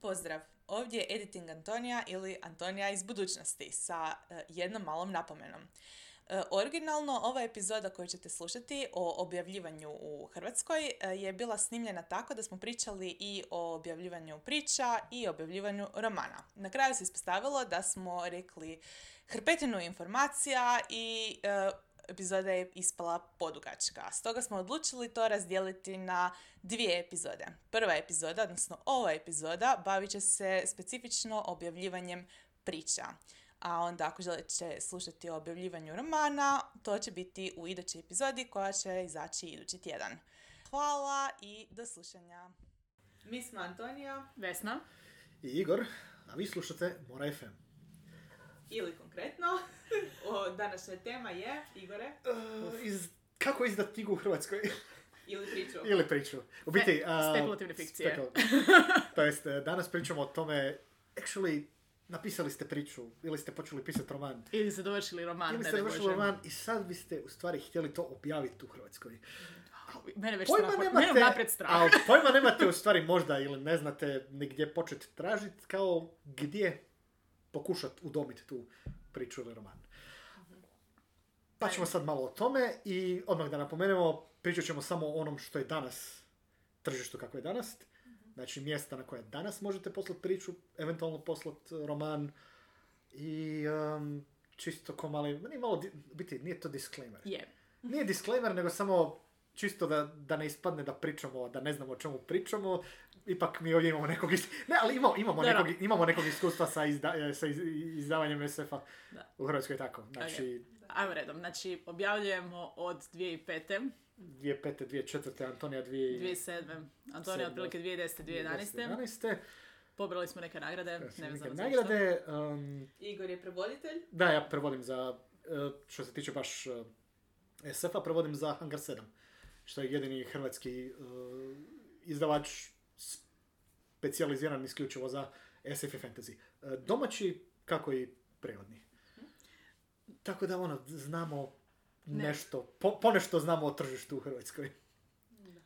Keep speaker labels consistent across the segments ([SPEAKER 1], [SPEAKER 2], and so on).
[SPEAKER 1] Pozdrav, ovdje je Editing Antonija ili Antonija iz budućnosti sa e, jednom malom napomenom. E, Originalno ova epizoda koju ćete slušati o objavljivanju u Hrvatskoj e, je bila snimljena tako da smo pričali i o objavljivanju priča i objavljivanju romana. Na kraju se ispostavilo da smo rekli hrpetinu informacija i e, epizoda je ispala podugačka. Stoga smo odlučili to razdijeliti na dvije epizode. Prva epizoda, odnosno ova epizoda, bavit će se specifično objavljivanjem priča. A onda ako želite slušati o objavljivanju romana, to će biti u idućoj epizodi koja će izaći idući tjedan. Hvala i do slušanja. Mi smo Antonija
[SPEAKER 2] Vesna.
[SPEAKER 3] i Igor, a vi slušate Mora FM.
[SPEAKER 1] ili konkretno. današnja tema je Igore
[SPEAKER 3] E, iz, kako izdat knjigu u Hrvatskoj?
[SPEAKER 1] ili priču.
[SPEAKER 3] Ili priču. U biti... a,
[SPEAKER 2] spekulativne fikcije.
[SPEAKER 3] spekul- to jest, e, danas pričamo o tome, actually, napisali ste priču ili ste počeli pisati roman.
[SPEAKER 2] Ili ste dovršili roman,
[SPEAKER 3] Ili
[SPEAKER 2] ne
[SPEAKER 3] ste
[SPEAKER 2] daj
[SPEAKER 3] završili
[SPEAKER 2] Bože.
[SPEAKER 3] roman i sad biste u stvari htjeli to objaviti u Hrvatskoj.
[SPEAKER 2] Mene već strah, mene napred strah.
[SPEAKER 3] ali pojma nemate u stvari možda ili ne znate ni gdje početi tražiti kao gdje pokušati udomiti tu priču ili roman. Pa ćemo sad malo o tome i odmah da napomenemo, pričat ćemo samo o onom što je danas, tržištu kako je danas, znači mjesta na koje danas možete poslati priču, eventualno poslati roman i em, čisto ko mali, nije malo, di- u biti nije to disclaimer.
[SPEAKER 2] Je.
[SPEAKER 3] Nije disclaimer, nego samo čisto da, da ne ispadne da pričamo, da ne znamo o čemu pričamo. Ipak mi ovdje imamo nekog, is- ne, ali imamo, imamo,
[SPEAKER 2] Da, da.
[SPEAKER 3] nekog, imamo nekog iskustva sa, izda, eh, sa iz- izdavanjem SF-a.
[SPEAKER 2] Da.
[SPEAKER 3] U Hrvatskoj je tako. Znači,
[SPEAKER 2] Ajmo redom. Znači, objavljujemo od 2005.
[SPEAKER 3] 2005. 2004. Antonija 2000...
[SPEAKER 2] 2007. Antonija otprilike 2010. 2011.
[SPEAKER 3] 2011.
[SPEAKER 2] Pobrali smo neke nagrade.
[SPEAKER 3] Evo su
[SPEAKER 2] Ne
[SPEAKER 3] neke
[SPEAKER 2] vezano za ništa.
[SPEAKER 3] nagrade. em,
[SPEAKER 1] Igor je prevoditelj.
[SPEAKER 3] da, ja prevodim za, eh, što se tiče baš eh, SF-a, prevodim za Hangar 7. Što je jedini hrvatski eh, izdavač specijaliziran isključivo za SF i fantasy. Eh, domaći, kako i prevodni. Tako da, ono, znamo
[SPEAKER 2] Mhm. Ne.
[SPEAKER 3] nešto, po, ponešto znamo o tržištu u Hrvatskoj. E,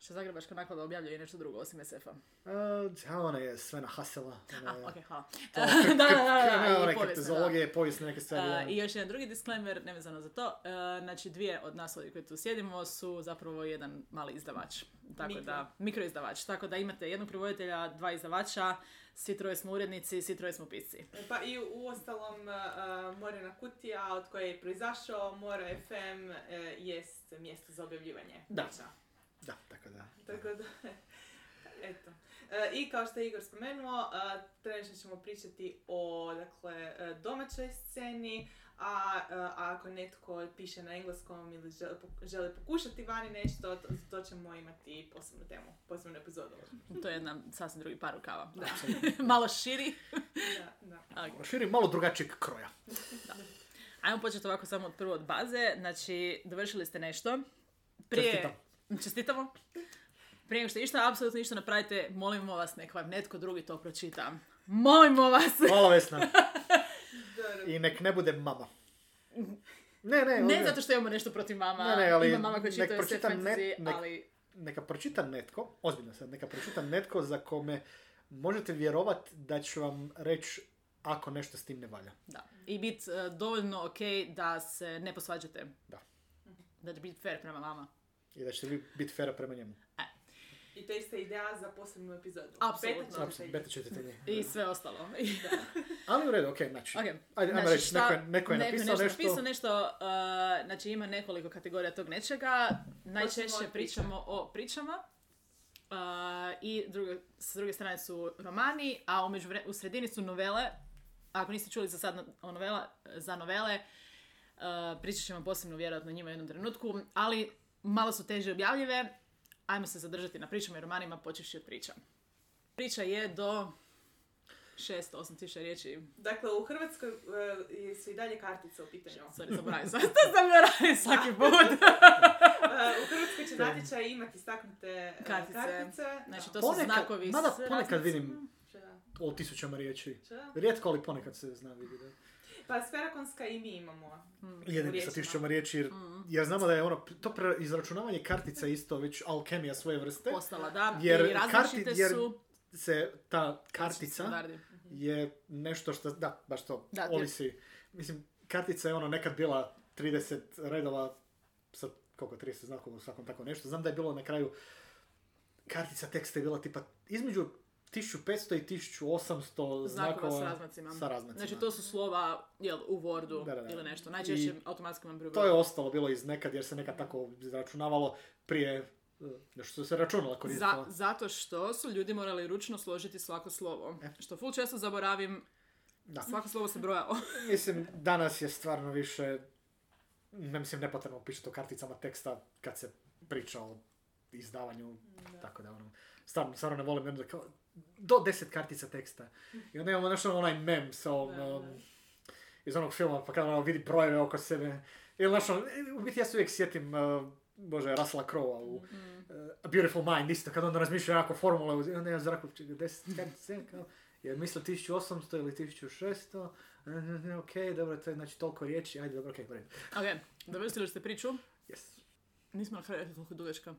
[SPEAKER 2] Što Zagrebačka naklada objavljuje i nešto drugo osim SF-a.
[SPEAKER 3] Eh, a ona je Svena Hasela. ona
[SPEAKER 2] A,
[SPEAKER 3] je-
[SPEAKER 2] okej, hvala.
[SPEAKER 3] E, To,
[SPEAKER 2] Da,
[SPEAKER 3] krip-
[SPEAKER 2] da, da,
[SPEAKER 3] krip-
[SPEAKER 2] da, i
[SPEAKER 3] one
[SPEAKER 2] povijesne,
[SPEAKER 3] kriptozoologije, povijesne neke stvari.
[SPEAKER 2] A,
[SPEAKER 3] da.
[SPEAKER 2] I još jedan drugi disclaimer, nevezano za to, e, znači dvije od nas ovdje koji tu sjedimo su zapravo jedan mali izdavač, tako
[SPEAKER 1] Mikro.
[SPEAKER 2] da, mikroizdavač, tako da imate jednog prevoditelja, dva izdavača, svi troje smo urednici, svi troje smo pisci.
[SPEAKER 1] Pa i u ostalom, uh, Morena kutija od koje je proizašao Mora FM uh, jest mjesto za objavljivanje.
[SPEAKER 3] Da.
[SPEAKER 1] priča.
[SPEAKER 3] Da, tako da.
[SPEAKER 1] Tako da, eto. E, I kao što je Igor spomenuo, e, trenutno ćemo pričati o dakle, e, domaćoj sceni, a, e, a ako netko piše na engleskom ili želi, pok- želi pokušati vani nešto, to, to ćemo imati posebnu temu, posebnu epizodu.
[SPEAKER 2] To je jedna sasvim drugi par rukava.
[SPEAKER 1] Da.
[SPEAKER 2] Malo širi.
[SPEAKER 1] Da, da.
[SPEAKER 2] ali-
[SPEAKER 3] Širi malo drugačijeg kroja.
[SPEAKER 2] Ajmo početi ovako samo od prvo od baze, znači dovršili ste nešto. Prije...
[SPEAKER 3] Čestitam.
[SPEAKER 2] Čestitamo. Prije nego što išta, apsolutno ništa napravite, molimo vas, nek vam netko drugi to pročita. Molimo vas!
[SPEAKER 3] Hvala Vesna.
[SPEAKER 1] Dobro.
[SPEAKER 3] I nek ne bude mama. Ne, ne,
[SPEAKER 2] Ne
[SPEAKER 3] ono-
[SPEAKER 2] zato što imamo nešto protiv mama,
[SPEAKER 3] Ne, ne, ali
[SPEAKER 2] ima mama koja
[SPEAKER 3] nek
[SPEAKER 2] čita SF
[SPEAKER 3] pročita net-
[SPEAKER 2] fantasy,
[SPEAKER 3] nek-
[SPEAKER 2] ali
[SPEAKER 3] Neka pročita netko, ozbiljno sad, neka pročita netko za kome možete vjerovat da ću vam reći ako nešto s tim ne valja.
[SPEAKER 2] da. I bit e, dovoljno ok da se ne posvađate.
[SPEAKER 3] Da.
[SPEAKER 2] Da će biti fair prema mama.
[SPEAKER 3] I da ćete vi biti fera prema njemu.
[SPEAKER 1] I to je ista ideja za posebnu epizodu.
[SPEAKER 2] Apsolutno.
[SPEAKER 1] Peta ćete
[SPEAKER 3] Apsolutno, beta ćete te njih.
[SPEAKER 2] I sve ostalo. I-
[SPEAKER 3] Ali u redu, okej, znači.
[SPEAKER 2] Ok,
[SPEAKER 3] Ajde, ajmo
[SPEAKER 2] znači
[SPEAKER 3] reći, neko je, neko je napisao nešto.
[SPEAKER 2] napisao nešto, e, znači ima nekoliko kategorija tog nečega. Najčešće
[SPEAKER 1] od priča.
[SPEAKER 2] pričamo o pričama. e, I druge, s druge strane su romani, a u, u sredini su novele. Ako niste čuli za sad no- o novela, za novele, e, pričat ćemo posebno vjerojatno o njima u jednom trenutku, ali malo su teže objavljive. Ajmo se zadržati na pričama i romanima počevši od priča. Priča je do 6-8 tisuća riječi
[SPEAKER 1] Dakle, u Hrvatskoj e, su i dalje kartice u pitanju.
[SPEAKER 2] Znači, ono, Sorry, zaboravim sad. To zaboravim svaki put.
[SPEAKER 1] E, u Hrvatskoj će natječaj imati istaknute e,
[SPEAKER 2] Kartice.
[SPEAKER 1] kartice.
[SPEAKER 2] Znači,
[SPEAKER 1] Da.
[SPEAKER 2] to su
[SPEAKER 3] Ponekad-
[SPEAKER 2] znakovi.
[SPEAKER 3] mada
[SPEAKER 2] s
[SPEAKER 3] ponekad
[SPEAKER 2] raznim-
[SPEAKER 3] vidim
[SPEAKER 1] Šta da,
[SPEAKER 3] o tisućama riječi.
[SPEAKER 1] šta da?
[SPEAKER 3] Rijetko, ali ponekad se zna vidjeti. da.
[SPEAKER 1] Pa sferakonska i mi imamo.
[SPEAKER 3] Jedan
[SPEAKER 1] riječima.
[SPEAKER 3] sa tisućama riječi, jer,
[SPEAKER 2] Mm-hmm.
[SPEAKER 3] jer znamo da je ono, to pre- izračunavanje kartica isto već alkemija svoje vrste.
[SPEAKER 2] Postala, da.
[SPEAKER 3] Jer
[SPEAKER 2] I različite
[SPEAKER 3] karti- jer-
[SPEAKER 2] su.
[SPEAKER 3] se ta kartica
[SPEAKER 2] Standardi.
[SPEAKER 3] je nešto što, da, baš to,
[SPEAKER 2] Da, ti-
[SPEAKER 3] ovisi. Mislim, kartica je ono nekad bila 30 redova sa koliko 30 znakova u svakom tako nešto. Znam da je bilo na kraju kartica teksta je bila tipa između 1500 i 1800 znakova,
[SPEAKER 2] Znakova sa razmacima.
[SPEAKER 3] sa razmacima.
[SPEAKER 2] Znači to su slova jel, u Wordu
[SPEAKER 3] Da, da, da.
[SPEAKER 2] ili nešto. Najčešće
[SPEAKER 3] I-
[SPEAKER 2] automatski vam
[SPEAKER 3] To je ostalo bilo iz nekad jer se nekad tako izračunavalo prije eh, još su se računala
[SPEAKER 2] Za,
[SPEAKER 3] koristila.
[SPEAKER 2] zato što su ljudi morali ručno složiti svako slovo.
[SPEAKER 3] E.
[SPEAKER 2] Što full često zaboravim,
[SPEAKER 3] Da.
[SPEAKER 2] svako slovo se brojao.
[SPEAKER 3] Mislim, danas je stvarno više, ne mislim, nepotrebno pišati o karticama teksta kad se priča o izdavanju, tako da ono, stvarno, stvarno ne volim, onda kao, do deset kartica teksta. I onda imamo nešto onaj mem sa ovom,
[SPEAKER 2] Da,
[SPEAKER 3] um, iz onog filma, pa kada ono vidi brojeve oko sebe. Ili znaš, ono, u biti ja se uvijek sjetim, uh, bože, Russella Crowe u uh, A Beautiful Mind, isto, kad onda razmišlja onako formule, uz- i onda ja zraku 10
[SPEAKER 1] Mhm.
[SPEAKER 3] kartica, kao, jer misle 1800 ili 1600, e, ok, dobro, to je znači toliko riječi, ajde, dobro, ok, u redu.
[SPEAKER 2] ok, dovrstili ste priču.
[SPEAKER 3] Yes.
[SPEAKER 2] Nismo na kraju rekli koliko je dugačka.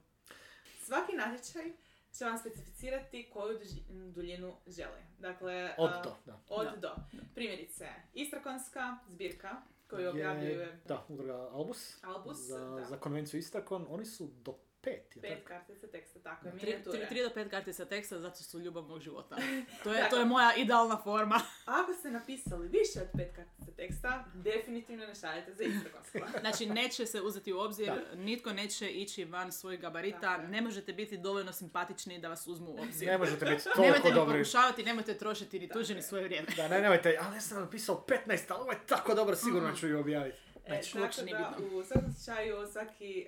[SPEAKER 1] Svaki natječaj će vam specificirati koju duži- duljinu želi. Dakle,
[SPEAKER 3] Od
[SPEAKER 1] a,
[SPEAKER 3] to, da.
[SPEAKER 1] Od
[SPEAKER 2] Da.
[SPEAKER 1] do. Primjerice, Istrakonska zbirka koju
[SPEAKER 3] Je-
[SPEAKER 1] objavljuje
[SPEAKER 3] Da, udruga Albus.
[SPEAKER 1] Albus,
[SPEAKER 3] za,
[SPEAKER 1] da.
[SPEAKER 3] za konvenciju Istakon, oni su do pet, je
[SPEAKER 1] pet
[SPEAKER 3] tako?
[SPEAKER 1] kartica teksta, tako je,
[SPEAKER 2] Tri,
[SPEAKER 1] minijature.
[SPEAKER 2] tri, tri do pet kartica teksta, zato su ljubav mog života. To je, to je moja idealna forma.
[SPEAKER 1] Ako ste napisali više od pet kartica teksta, definitivno ne šaljete za Istrakonsko.
[SPEAKER 2] Znači, neće se uzeti u obzir, nitko neće ići van svojih gabarita,
[SPEAKER 1] Tako je.
[SPEAKER 2] ne možete biti dovoljno simpatični da vas uzmu u obzir.
[SPEAKER 3] Ne možete biti
[SPEAKER 2] Nemojte
[SPEAKER 3] toliko
[SPEAKER 2] ni
[SPEAKER 3] dobri.
[SPEAKER 2] pokušavati, nemojte trošiti ni
[SPEAKER 1] Tako
[SPEAKER 2] tuđe ni
[SPEAKER 1] je.
[SPEAKER 2] svoje vrijeme.
[SPEAKER 3] Da, ne, nemojte, ali ja sam napisao 15, ali ovo je tako dobro, sigurno ću ju objaviti.
[SPEAKER 1] E,
[SPEAKER 2] Znači, uopće
[SPEAKER 1] tako
[SPEAKER 2] nije
[SPEAKER 1] da,
[SPEAKER 2] bitno.
[SPEAKER 1] u svakom slučaju, svaki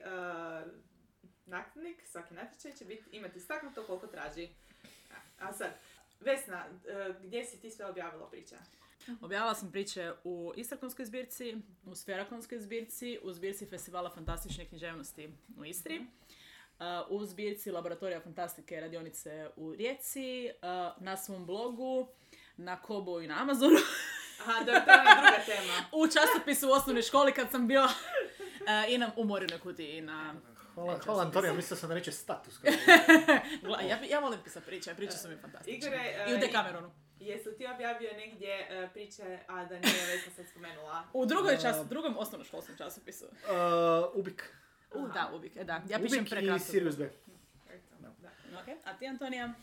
[SPEAKER 1] uh, nakladnik, svaki natječaj će biti, imati istaknuto koliko traži. A, a sad, Vesna, e, gdje si ti sve objavila priča?
[SPEAKER 2] Objavila sam priče u Istrakonskoj zbirci, u Sferakonskoj zbirci, u zbirci Festivala fantastične književnosti u Istri,
[SPEAKER 1] Mhm.
[SPEAKER 2] eh, u zbirci Laboratorija fantastike radionice u Rijeci, eh, na svom blogu, na Kobo i na Amazonu,
[SPEAKER 1] Aha, dobro, to je ona druga tema.
[SPEAKER 2] u časopisu u osnovnoj školi kad sam bila eh, i na u Morinoj kutiji na...
[SPEAKER 3] Hvala,
[SPEAKER 2] Neću
[SPEAKER 3] hvala
[SPEAKER 2] se
[SPEAKER 3] Antonija, mislio sam da neće status.
[SPEAKER 2] Gla- Ja, ja volim pisati priče, priče su mi
[SPEAKER 1] Igore,
[SPEAKER 2] fantastične.
[SPEAKER 3] e,
[SPEAKER 1] eh,
[SPEAKER 2] I u Dekameronu.
[SPEAKER 1] Jesi li ti objavio negdje e, priče, a da nije Vesna sad spomenula?
[SPEAKER 2] U drugoj
[SPEAKER 3] a-
[SPEAKER 2] čas, drugom osnovnoškolskom časopisu.
[SPEAKER 3] Uh, Ubik.
[SPEAKER 2] U,
[SPEAKER 1] Aha.
[SPEAKER 2] da, uvijek, e, da. Ja pišem
[SPEAKER 3] Ubik i
[SPEAKER 2] prekrasno.
[SPEAKER 3] Sirius B.
[SPEAKER 1] Eto, da.
[SPEAKER 2] Ok, a ti Antonija?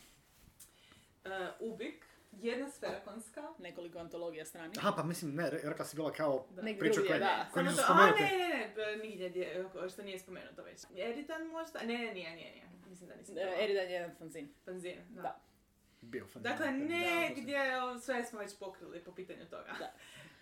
[SPEAKER 1] E, Ubik, jedna sfera konska.
[SPEAKER 2] nekoliko antologija strani.
[SPEAKER 3] Aha, pa mislim, ne, re- rekla si bila kao
[SPEAKER 1] Da.
[SPEAKER 2] Nek
[SPEAKER 3] priča
[SPEAKER 2] drugi je,
[SPEAKER 3] koja-
[SPEAKER 2] da.
[SPEAKER 3] Koji
[SPEAKER 1] Samo
[SPEAKER 3] nisu
[SPEAKER 1] to, a
[SPEAKER 3] spomenuti.
[SPEAKER 1] ne, ne, ne, b- nigdje gdje- što nije spomenuto već. Eritan možda? Ne, ne, nije, nije, nije. Mislim da nisam.
[SPEAKER 2] E, Eridan je jedan fanzin.
[SPEAKER 1] Panzin, da.
[SPEAKER 2] Da.
[SPEAKER 3] Bio fan.
[SPEAKER 1] Dakle,
[SPEAKER 2] Da,
[SPEAKER 1] negdje o, sve smo već pokrili po pitanju toga.
[SPEAKER 2] Da.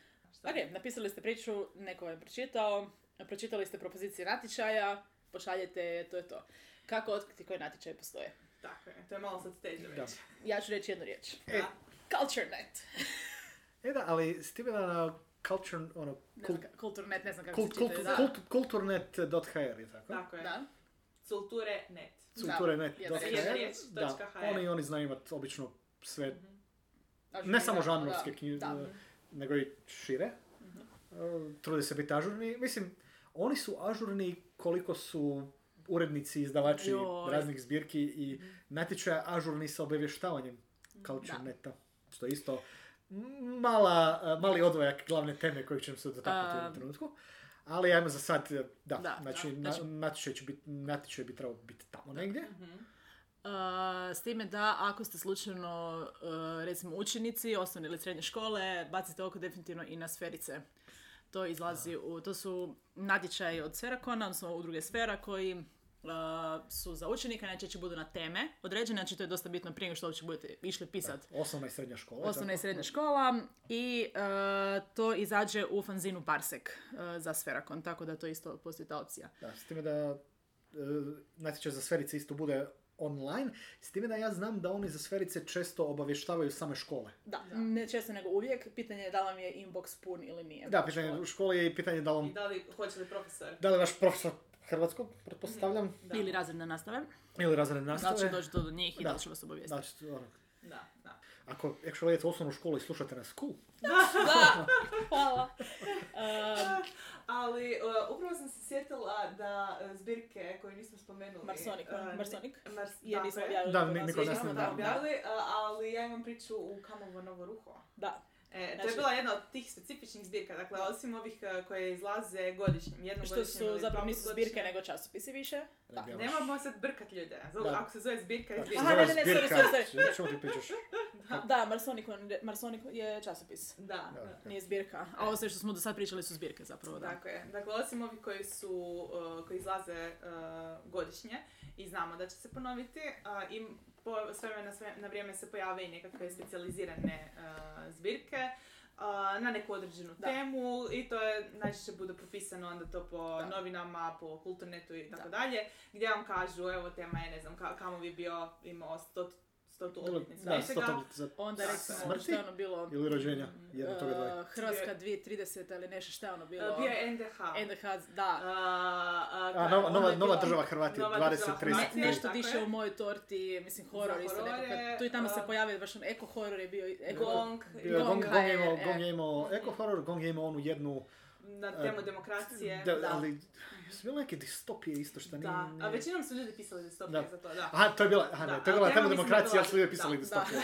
[SPEAKER 1] Šta?
[SPEAKER 2] Ok, napisali ste priču, neko je pročitao, pročitali ste propozicije natječaja, pošaljete, to je to. Kako otkriti koji natječaj postoje?
[SPEAKER 1] Tako je, to je malo sad stage
[SPEAKER 3] Da.
[SPEAKER 1] već.
[SPEAKER 2] Ja ću reći jednu riječ.
[SPEAKER 3] E,
[SPEAKER 2] CultureNet.
[SPEAKER 3] e da, ali si ti bila na culture, ono,
[SPEAKER 2] Ne
[SPEAKER 3] kult,
[SPEAKER 2] znam, ka- Kulturnet, ne znam kako
[SPEAKER 3] kult,
[SPEAKER 2] se čita.
[SPEAKER 3] kult,
[SPEAKER 2] da.
[SPEAKER 3] kult, kulturnet.hr je tako?
[SPEAKER 1] Tako je.
[SPEAKER 2] Da.
[SPEAKER 1] Culture net.
[SPEAKER 2] jedna
[SPEAKER 3] Culturenet.hr.
[SPEAKER 2] riječ. Jedna
[SPEAKER 1] riječ,
[SPEAKER 3] Da,
[SPEAKER 1] točka hr.
[SPEAKER 3] oni, oni znaju imat obično sve,
[SPEAKER 2] Ažurirano,
[SPEAKER 3] ne
[SPEAKER 2] da.
[SPEAKER 3] samo
[SPEAKER 2] Mhm.
[SPEAKER 3] žanrovske knjige,
[SPEAKER 2] Da.
[SPEAKER 3] nego i šire. Uh, Trude se biti ažurni. Mislim, oni su ažurni koliko su urednici, izdavači
[SPEAKER 2] Joj. Mhm.
[SPEAKER 3] raznih zbirki i natječaja ažurni sa obavještavanjem Culture.neta. Što je isto mala, uh, mali odvojak glavne teme koju ćemo se dotaknuti u
[SPEAKER 2] Um.
[SPEAKER 3] ovom trenutku. Ali ajmo za sad, uh, da,
[SPEAKER 2] Da, da,
[SPEAKER 3] znači,
[SPEAKER 2] Mhm.
[SPEAKER 3] na-
[SPEAKER 2] znači-
[SPEAKER 3] natječaj, će bit, natječaj bi trebao biti tamo negdje.
[SPEAKER 2] Uh, s time da ako ste slučajno uh, recimo učenici osnovne ili srednje škole, bacite oko definitivno i na sferice. To izlazi u, to su natječaji od Sferakona, odnosno udruge Sfera koji uh, su za učenika, najčešće budu na teme određene, znači to je dosta bitno prije nego što uopće budete išli pisati
[SPEAKER 3] Osnovna i srednja škola. je
[SPEAKER 2] osnovna i
[SPEAKER 3] E, tako?
[SPEAKER 2] srednja škola i e, to izađe u fanzinu Parsek e, za Sferakon, tako da to isto postoji ta opcija.
[SPEAKER 3] Da, s time da e, natječaj za sferice isto bude online, s time da ja znam da oni za sferice često obavještavaju same škole.
[SPEAKER 2] Da, ne često nego uvijek, pitanje je da li vam je inbox pun ili nije.
[SPEAKER 3] Da, pitanje u školi je i pitanje da li,
[SPEAKER 1] I
[SPEAKER 3] on-
[SPEAKER 1] da li hoće li profesor?
[SPEAKER 3] da li vaš profesor hrvatskog, pretpostavljam,
[SPEAKER 1] Da.
[SPEAKER 2] Ili razredne nastave.
[SPEAKER 3] Mm. ili razredne
[SPEAKER 2] Da li će
[SPEAKER 3] nastave.
[SPEAKER 2] doći do do njih i da,
[SPEAKER 3] Da.
[SPEAKER 2] li će vas obavijestiti.
[SPEAKER 3] Znači, ono,
[SPEAKER 1] Da, da.
[SPEAKER 3] ako actually idete u osnovnu školu i slušate nas cool,
[SPEAKER 2] Da, hvala. Um,
[SPEAKER 1] Ali e, upravo sam se sjetila da e, zbirke koje nismo spomenuli...
[SPEAKER 2] Marsonik,
[SPEAKER 1] e,
[SPEAKER 2] ono, Marsonik.
[SPEAKER 1] ne- Mars,
[SPEAKER 2] Jer nismo
[SPEAKER 1] tako je.
[SPEAKER 2] objavili.
[SPEAKER 3] Da,
[SPEAKER 2] kod
[SPEAKER 3] ni-
[SPEAKER 2] nas,
[SPEAKER 3] niko od
[SPEAKER 2] jer
[SPEAKER 3] nas
[SPEAKER 2] nismo
[SPEAKER 3] ne
[SPEAKER 1] Da,
[SPEAKER 2] tamo, da.
[SPEAKER 1] objavili, a- ali ja imam priču u Kamovo novo ruho.
[SPEAKER 2] Da.
[SPEAKER 1] E, to je
[SPEAKER 2] Znači-
[SPEAKER 1] bila jedna od tih specifičnih zbirka, dakle osim ovih e, koje izlaze godišnjim, jednogodišnjim
[SPEAKER 2] Što su
[SPEAKER 1] ili
[SPEAKER 2] zapravo nisu
[SPEAKER 1] dvaputgodišnjim.
[SPEAKER 2] zbirke, nego časopisi više.
[SPEAKER 3] Ne bi ja baš-
[SPEAKER 1] Nemamo sad brkat ljude, Zove-
[SPEAKER 3] Da.
[SPEAKER 1] ako se zove zbirka je
[SPEAKER 3] Ako se
[SPEAKER 1] zbirka.
[SPEAKER 2] Aha, ne,
[SPEAKER 3] zove
[SPEAKER 2] ne, ne, sorry,
[SPEAKER 3] zbirka,
[SPEAKER 2] sorry, sorry.
[SPEAKER 3] o čemu ti pričaš?
[SPEAKER 2] Da, Marsonik, on- Marsonik je časopis.
[SPEAKER 1] Da, da.
[SPEAKER 3] Da, ok.
[SPEAKER 2] Nije zbirka.
[SPEAKER 4] A ovo sve što smo do sad pričali su zbirke zapravo, da.
[SPEAKER 1] Tako je. Dakle, osim ovih koji su, uh, koji izlaze uh, godišnje i znamo da će se ponoviti, uh, i po, s vremena s vre- na vrijeme se pojave i nekakve specijalizirane uh, zbirke uh, na neku određenu
[SPEAKER 2] Da.
[SPEAKER 1] temu i to je najčešće bude propisano onda to po
[SPEAKER 2] Da.
[SPEAKER 1] novinama, po kulturnetu i tako
[SPEAKER 2] Da.
[SPEAKER 1] dalje, gdje vam kažu, evo tema je, ne znam, ka, kamo bi bio imao stot, stotu obljetnicu
[SPEAKER 3] Da,
[SPEAKER 1] nečega.
[SPEAKER 3] stotom za
[SPEAKER 2] Onda
[SPEAKER 1] Da,
[SPEAKER 2] recimo,
[SPEAKER 3] smrti?
[SPEAKER 2] što je ono bilo...
[SPEAKER 3] ili rođenja, jedno od toga dvoje.
[SPEAKER 2] e, Hrvatska 2030 ili nešto šta je Eh, ono bilo.
[SPEAKER 1] Uh, bio je NDH.
[SPEAKER 2] NDH, da.
[SPEAKER 1] Uh,
[SPEAKER 3] A,
[SPEAKER 1] uh,
[SPEAKER 3] nova,
[SPEAKER 1] onda
[SPEAKER 3] nova,
[SPEAKER 1] je
[SPEAKER 3] nova
[SPEAKER 1] bila-
[SPEAKER 3] država Hrvatija,
[SPEAKER 1] Nova
[SPEAKER 3] 20,
[SPEAKER 1] država
[SPEAKER 3] 30,
[SPEAKER 1] Hrvatija.
[SPEAKER 2] Ne, nešto
[SPEAKER 1] tako
[SPEAKER 2] diše
[SPEAKER 1] je.
[SPEAKER 2] u mojoj torti, mislim horor eh,
[SPEAKER 1] Za
[SPEAKER 2] isto
[SPEAKER 1] horore,
[SPEAKER 2] nekakav. Tu i tamo se
[SPEAKER 1] a-
[SPEAKER 2] pojavio baš on eko horor je bio. Eko,
[SPEAKER 1] Gong,
[SPEAKER 3] Bio je Gong,
[SPEAKER 2] Gong
[SPEAKER 3] Gong je imao,
[SPEAKER 2] HR,
[SPEAKER 3] Gong
[SPEAKER 2] e.
[SPEAKER 3] je imao eko horror, Gong je imao onu jednu...
[SPEAKER 1] na temu demokracije.
[SPEAKER 3] E, Da,
[SPEAKER 2] da.
[SPEAKER 3] ali su bile neke distopije isto što nije...
[SPEAKER 1] Da, a
[SPEAKER 3] nije-
[SPEAKER 1] većinom su ljudi pisali distopije
[SPEAKER 3] Da.
[SPEAKER 1] za to, da.
[SPEAKER 3] Aha, to je bila, aha,
[SPEAKER 1] Da,
[SPEAKER 3] ne, to je
[SPEAKER 1] ali
[SPEAKER 3] bila
[SPEAKER 1] tema
[SPEAKER 3] tema
[SPEAKER 1] mislim da je
[SPEAKER 3] demokracije,
[SPEAKER 1] bila-
[SPEAKER 3] ali su joj
[SPEAKER 1] da,
[SPEAKER 3] pisali
[SPEAKER 1] da.
[SPEAKER 3] distopije.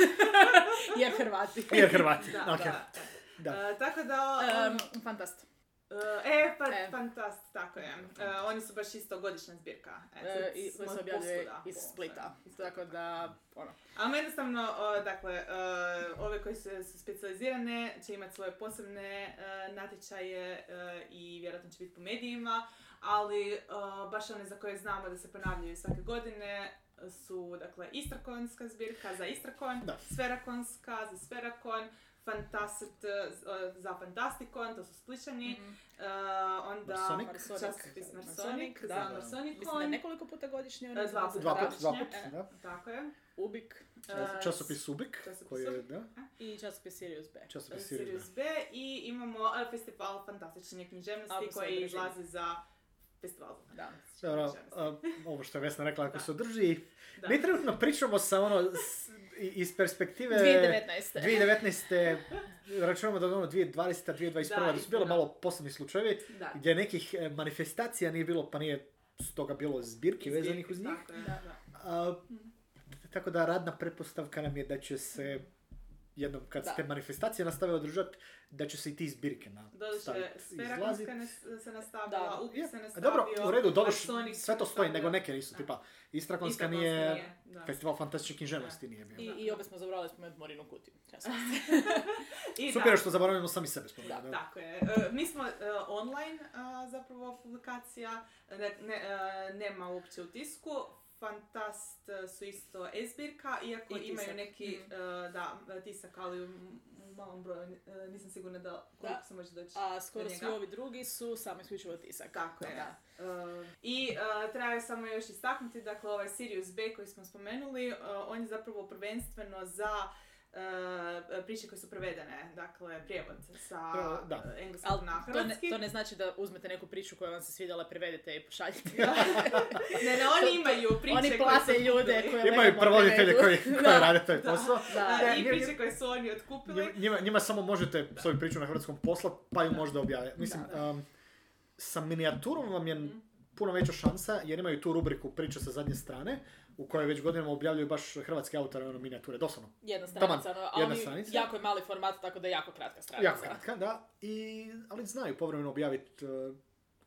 [SPEAKER 2] jer Hrvati.
[SPEAKER 3] Jer Hrvati,
[SPEAKER 1] Da,
[SPEAKER 3] ok.
[SPEAKER 1] da.
[SPEAKER 3] Da.
[SPEAKER 1] E, tako da, on-
[SPEAKER 2] Um, fantast.
[SPEAKER 1] e, pa,
[SPEAKER 2] e.
[SPEAKER 1] fantast, tako je. E, oni su baš isto godišnja zbirka. E, sad
[SPEAKER 2] E, i koji
[SPEAKER 1] smo
[SPEAKER 2] se objavljuje
[SPEAKER 1] posvuda,
[SPEAKER 2] iz
[SPEAKER 1] po-
[SPEAKER 2] Splita.
[SPEAKER 1] iz Splita,
[SPEAKER 2] Tako da, ono,
[SPEAKER 1] Ali jednostavno, o, dakle, e, ove koji su, su specijalizirane će imati svoje posebne e, natječaje e, i vjerojatno će biti po medijima, ali e, baš one za koje znamo da se ponavljaju svake godine su, dakle, Istrakonska zbirka za Istrakon,
[SPEAKER 3] Da.
[SPEAKER 1] Sferakonska za Sferakon, Fantastic za Fantastikon, to su spličani,
[SPEAKER 2] Mhm.
[SPEAKER 1] e, onda
[SPEAKER 3] Marsonik.
[SPEAKER 2] Marsonik.
[SPEAKER 1] časopis Marsonik,
[SPEAKER 2] Marsonik,
[SPEAKER 1] za
[SPEAKER 2] da. mislim da je
[SPEAKER 1] Marsonikon,
[SPEAKER 2] nekoliko puta godišnje.
[SPEAKER 1] E,
[SPEAKER 2] ono
[SPEAKER 1] dva
[SPEAKER 2] izlazi.
[SPEAKER 3] Dva puta,
[SPEAKER 2] Da.
[SPEAKER 3] dva puta,
[SPEAKER 2] E,
[SPEAKER 3] da.
[SPEAKER 1] tako je.
[SPEAKER 2] Ubik
[SPEAKER 1] E,
[SPEAKER 3] Časopis Ubik,
[SPEAKER 1] časopis
[SPEAKER 3] koji je,
[SPEAKER 1] Ubik.
[SPEAKER 3] da,
[SPEAKER 2] i časopis Sirius B.
[SPEAKER 3] časopis Sirius.
[SPEAKER 1] Sirius B i imamo e, festival fantastične književnosti
[SPEAKER 2] Ako se
[SPEAKER 1] koji
[SPEAKER 2] održi.
[SPEAKER 1] izlazi za festival za
[SPEAKER 2] Da.
[SPEAKER 1] fantastične
[SPEAKER 3] Dobro,
[SPEAKER 1] književnosti.
[SPEAKER 3] a, ovo što je Vesna rekla, ako
[SPEAKER 1] Da.
[SPEAKER 3] se održi,
[SPEAKER 1] Da.
[SPEAKER 3] mi trenutno pričamo sa ono, s- i- iz perspektive...
[SPEAKER 2] 2019.
[SPEAKER 3] 2019. računamo da je ono 2020. 2021.
[SPEAKER 1] Da,
[SPEAKER 3] da, su bilo
[SPEAKER 1] istina.
[SPEAKER 3] malo posebni slučajevi
[SPEAKER 1] Da.
[SPEAKER 3] gdje nekih e, manifestacija nije bilo pa nije stoga bilo zbirki vezanih uz njih.
[SPEAKER 1] Tako je, da.
[SPEAKER 3] A,
[SPEAKER 1] Mhm.
[SPEAKER 3] tako da radna pretpostavka nam je da će se jednom kad se
[SPEAKER 2] Da.
[SPEAKER 3] te manifestacije nastave održati da će se i ti zbirke na
[SPEAKER 1] Doduše,
[SPEAKER 3] stavit,
[SPEAKER 1] sfera
[SPEAKER 3] izlazit.
[SPEAKER 1] kunska ne- se nastavila,
[SPEAKER 2] Da.
[SPEAKER 1] upis se
[SPEAKER 3] Je, a
[SPEAKER 1] nastavio.
[SPEAKER 3] dobro, u redu, dobro,
[SPEAKER 1] Masonic se
[SPEAKER 3] sve to stoji,
[SPEAKER 1] nastavio.
[SPEAKER 3] nego neke nisu,
[SPEAKER 1] Da.
[SPEAKER 3] tipa Istrakonska
[SPEAKER 1] Istrakonska
[SPEAKER 3] nije,
[SPEAKER 1] nije, da.
[SPEAKER 3] festival fantastične književnosti nije bio.
[SPEAKER 2] I,
[SPEAKER 1] Da.
[SPEAKER 2] I opet smo zabrali spomenuti Morinu kutiju.
[SPEAKER 1] I
[SPEAKER 3] Super je
[SPEAKER 1] da,
[SPEAKER 3] što zaboravimo sami sebe spomenuti.
[SPEAKER 2] Da,
[SPEAKER 3] da.
[SPEAKER 1] Tako je. E, Mi smo e, online e, zapravo publikacija, ne, ne, e, nema uopće u tisku. Fantast e, su isto e-zbirka, iako
[SPEAKER 2] I tisak.
[SPEAKER 1] imaju neki,
[SPEAKER 2] Mhm.
[SPEAKER 1] e, da, tisak, ali u m- malom broju, e, nisam sigurna da koliko
[SPEAKER 2] Da.
[SPEAKER 1] se može doći.
[SPEAKER 2] A skoro
[SPEAKER 1] Do njega.
[SPEAKER 2] svi ovi drugi su samo isključivo tisak.
[SPEAKER 1] Tako je.
[SPEAKER 2] Da.
[SPEAKER 1] E, I e, treba je samo još istaknuti, dakle ovaj Sirius B koji smo spomenuli, e, on je zapravo prvenstveno za e, priče koje su prevedene, dakle prijevod sa
[SPEAKER 3] Da, da.
[SPEAKER 1] e, engleskog
[SPEAKER 2] Ali
[SPEAKER 1] na
[SPEAKER 2] to ne,
[SPEAKER 1] hrvatski.
[SPEAKER 2] to ne znači da uzmete neku priču koja vam se svidjela, prevedete i pošaljete.
[SPEAKER 1] Ne, ne, oni imaju priče
[SPEAKER 2] Oni
[SPEAKER 1] koje
[SPEAKER 2] plate
[SPEAKER 1] su
[SPEAKER 2] ljude
[SPEAKER 1] kupili.
[SPEAKER 2] koje
[SPEAKER 3] Imaju
[SPEAKER 2] legalno
[SPEAKER 3] prevoditelje
[SPEAKER 2] prevedu.
[SPEAKER 3] koji, koji rade taj posao.
[SPEAKER 2] Da.
[SPEAKER 1] Da,
[SPEAKER 3] Ne,
[SPEAKER 1] I
[SPEAKER 3] ne,
[SPEAKER 1] priče koje su oni otkupili.
[SPEAKER 3] Njima- Njima, njima samo možete svoju priču na hrvatskom poslat, pa ju možda objave. Mislim, um, sa minijaturom vam je puno veća šansa, jer imaju tu rubriku priče sa zadnje strane, u kojoj već godinama objavljuju baš hrvatski autor ono, minijature, doslovno.
[SPEAKER 2] Jedna stranica,
[SPEAKER 3] Taman,
[SPEAKER 2] ono, a
[SPEAKER 3] jedna
[SPEAKER 2] oni-
[SPEAKER 3] stranica.
[SPEAKER 2] jako je mali format, tako da je jako kratka stranica.
[SPEAKER 3] Jako kratka, da. I, ali znaju povremeno objaviti uh,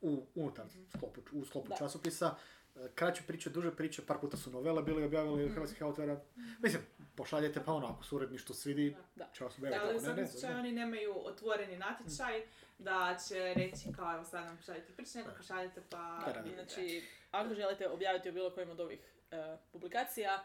[SPEAKER 3] u, unutar sklopu, u sklopu
[SPEAKER 2] Da.
[SPEAKER 3] časopisa. uh, Kraće priče, duže priče, par puta su novele bili objavili hrvatskih autora. Mislim, pošaljete pa ono, ako se uredništvo svidi,
[SPEAKER 2] Da.
[SPEAKER 3] će vas objaviti.
[SPEAKER 1] Da,
[SPEAKER 3] ako
[SPEAKER 1] ali
[SPEAKER 3] ne,
[SPEAKER 1] u svakom
[SPEAKER 3] ne,
[SPEAKER 1] slučaju oni nemaju otvoreni natječaj da će reći kao evo sad nam pošaljite priče, nego pošaljite pa...
[SPEAKER 3] Da, da, da.
[SPEAKER 2] Znači, ako želite objaviti u bilo kojem od ovih e, publikacija,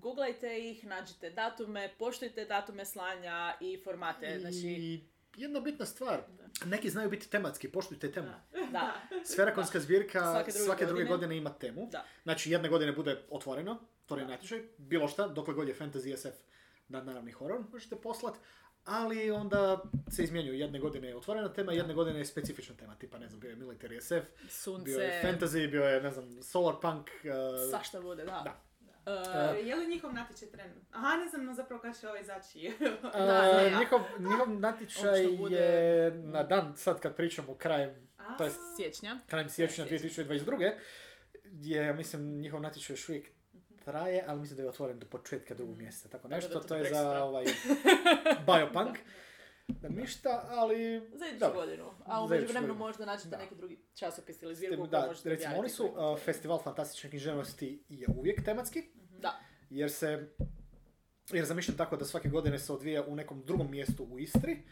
[SPEAKER 2] googlajte ih, nađite datume, poštujte datume slanja i formate. Znači,
[SPEAKER 3] I jedna bitna stvar, neki znaju biti tematski, poštujte temu.
[SPEAKER 2] da.
[SPEAKER 3] Sferakonska zbirka svake
[SPEAKER 2] Svake
[SPEAKER 3] druge,
[SPEAKER 2] druge
[SPEAKER 3] godine.
[SPEAKER 2] godine.
[SPEAKER 3] ima temu.
[SPEAKER 2] Da.
[SPEAKER 3] Znači jedne godine bude otvoreno, otvoren natječaj, bilo šta, dokle god je fantasy SF da naravni horor možete poslat, ali onda se izmjenjuju jedne godine je otvorena tema, jedne godine je specifična tema, tipa ne znam, bio je military SF, bio je
[SPEAKER 2] sunce,
[SPEAKER 3] fantasy, bio je ne znam, solar punk, uh,
[SPEAKER 2] svašta bude, da.
[SPEAKER 3] Da.
[SPEAKER 2] E,
[SPEAKER 1] Je li njihov natječaj trenutno? Aha, ne znam no, zapravo kada će ovaj izaći.
[SPEAKER 3] uh,
[SPEAKER 2] da, ne, ja.
[SPEAKER 3] njihov, njihov natječaj
[SPEAKER 2] Obično bude-
[SPEAKER 3] je na dan, sad kad pričamo krajem
[SPEAKER 1] A,
[SPEAKER 3] To je-
[SPEAKER 4] Sjećnja.
[SPEAKER 3] krajem siječnja 2022. je, mislim, njihov natječaj još uvijek traje, ali mislim da je otvoren do početka drugog mjeseca, tako
[SPEAKER 4] Mhm. da
[SPEAKER 3] nešto.
[SPEAKER 4] to
[SPEAKER 3] To je
[SPEAKER 4] prekstra.
[SPEAKER 3] za ovaj biopunk. Da ništa, ali...
[SPEAKER 2] Za iduću
[SPEAKER 3] dobro.
[SPEAKER 2] godinu. A u
[SPEAKER 3] Za iduću
[SPEAKER 2] međuvremenu
[SPEAKER 3] godinu.
[SPEAKER 2] možda naćete
[SPEAKER 3] Da.
[SPEAKER 2] neki drugi časopis ili
[SPEAKER 3] Tem-
[SPEAKER 2] zbirku koju
[SPEAKER 3] Da,
[SPEAKER 2] možete
[SPEAKER 3] recimo
[SPEAKER 2] objaviti
[SPEAKER 3] oni su
[SPEAKER 2] koji-
[SPEAKER 3] uh, Festival fantastične književnosti je uvijek tematski.
[SPEAKER 2] Da.
[SPEAKER 3] Jer se jer zamišljam tako da svake godine se odvija u nekom drugom mjestu u Istri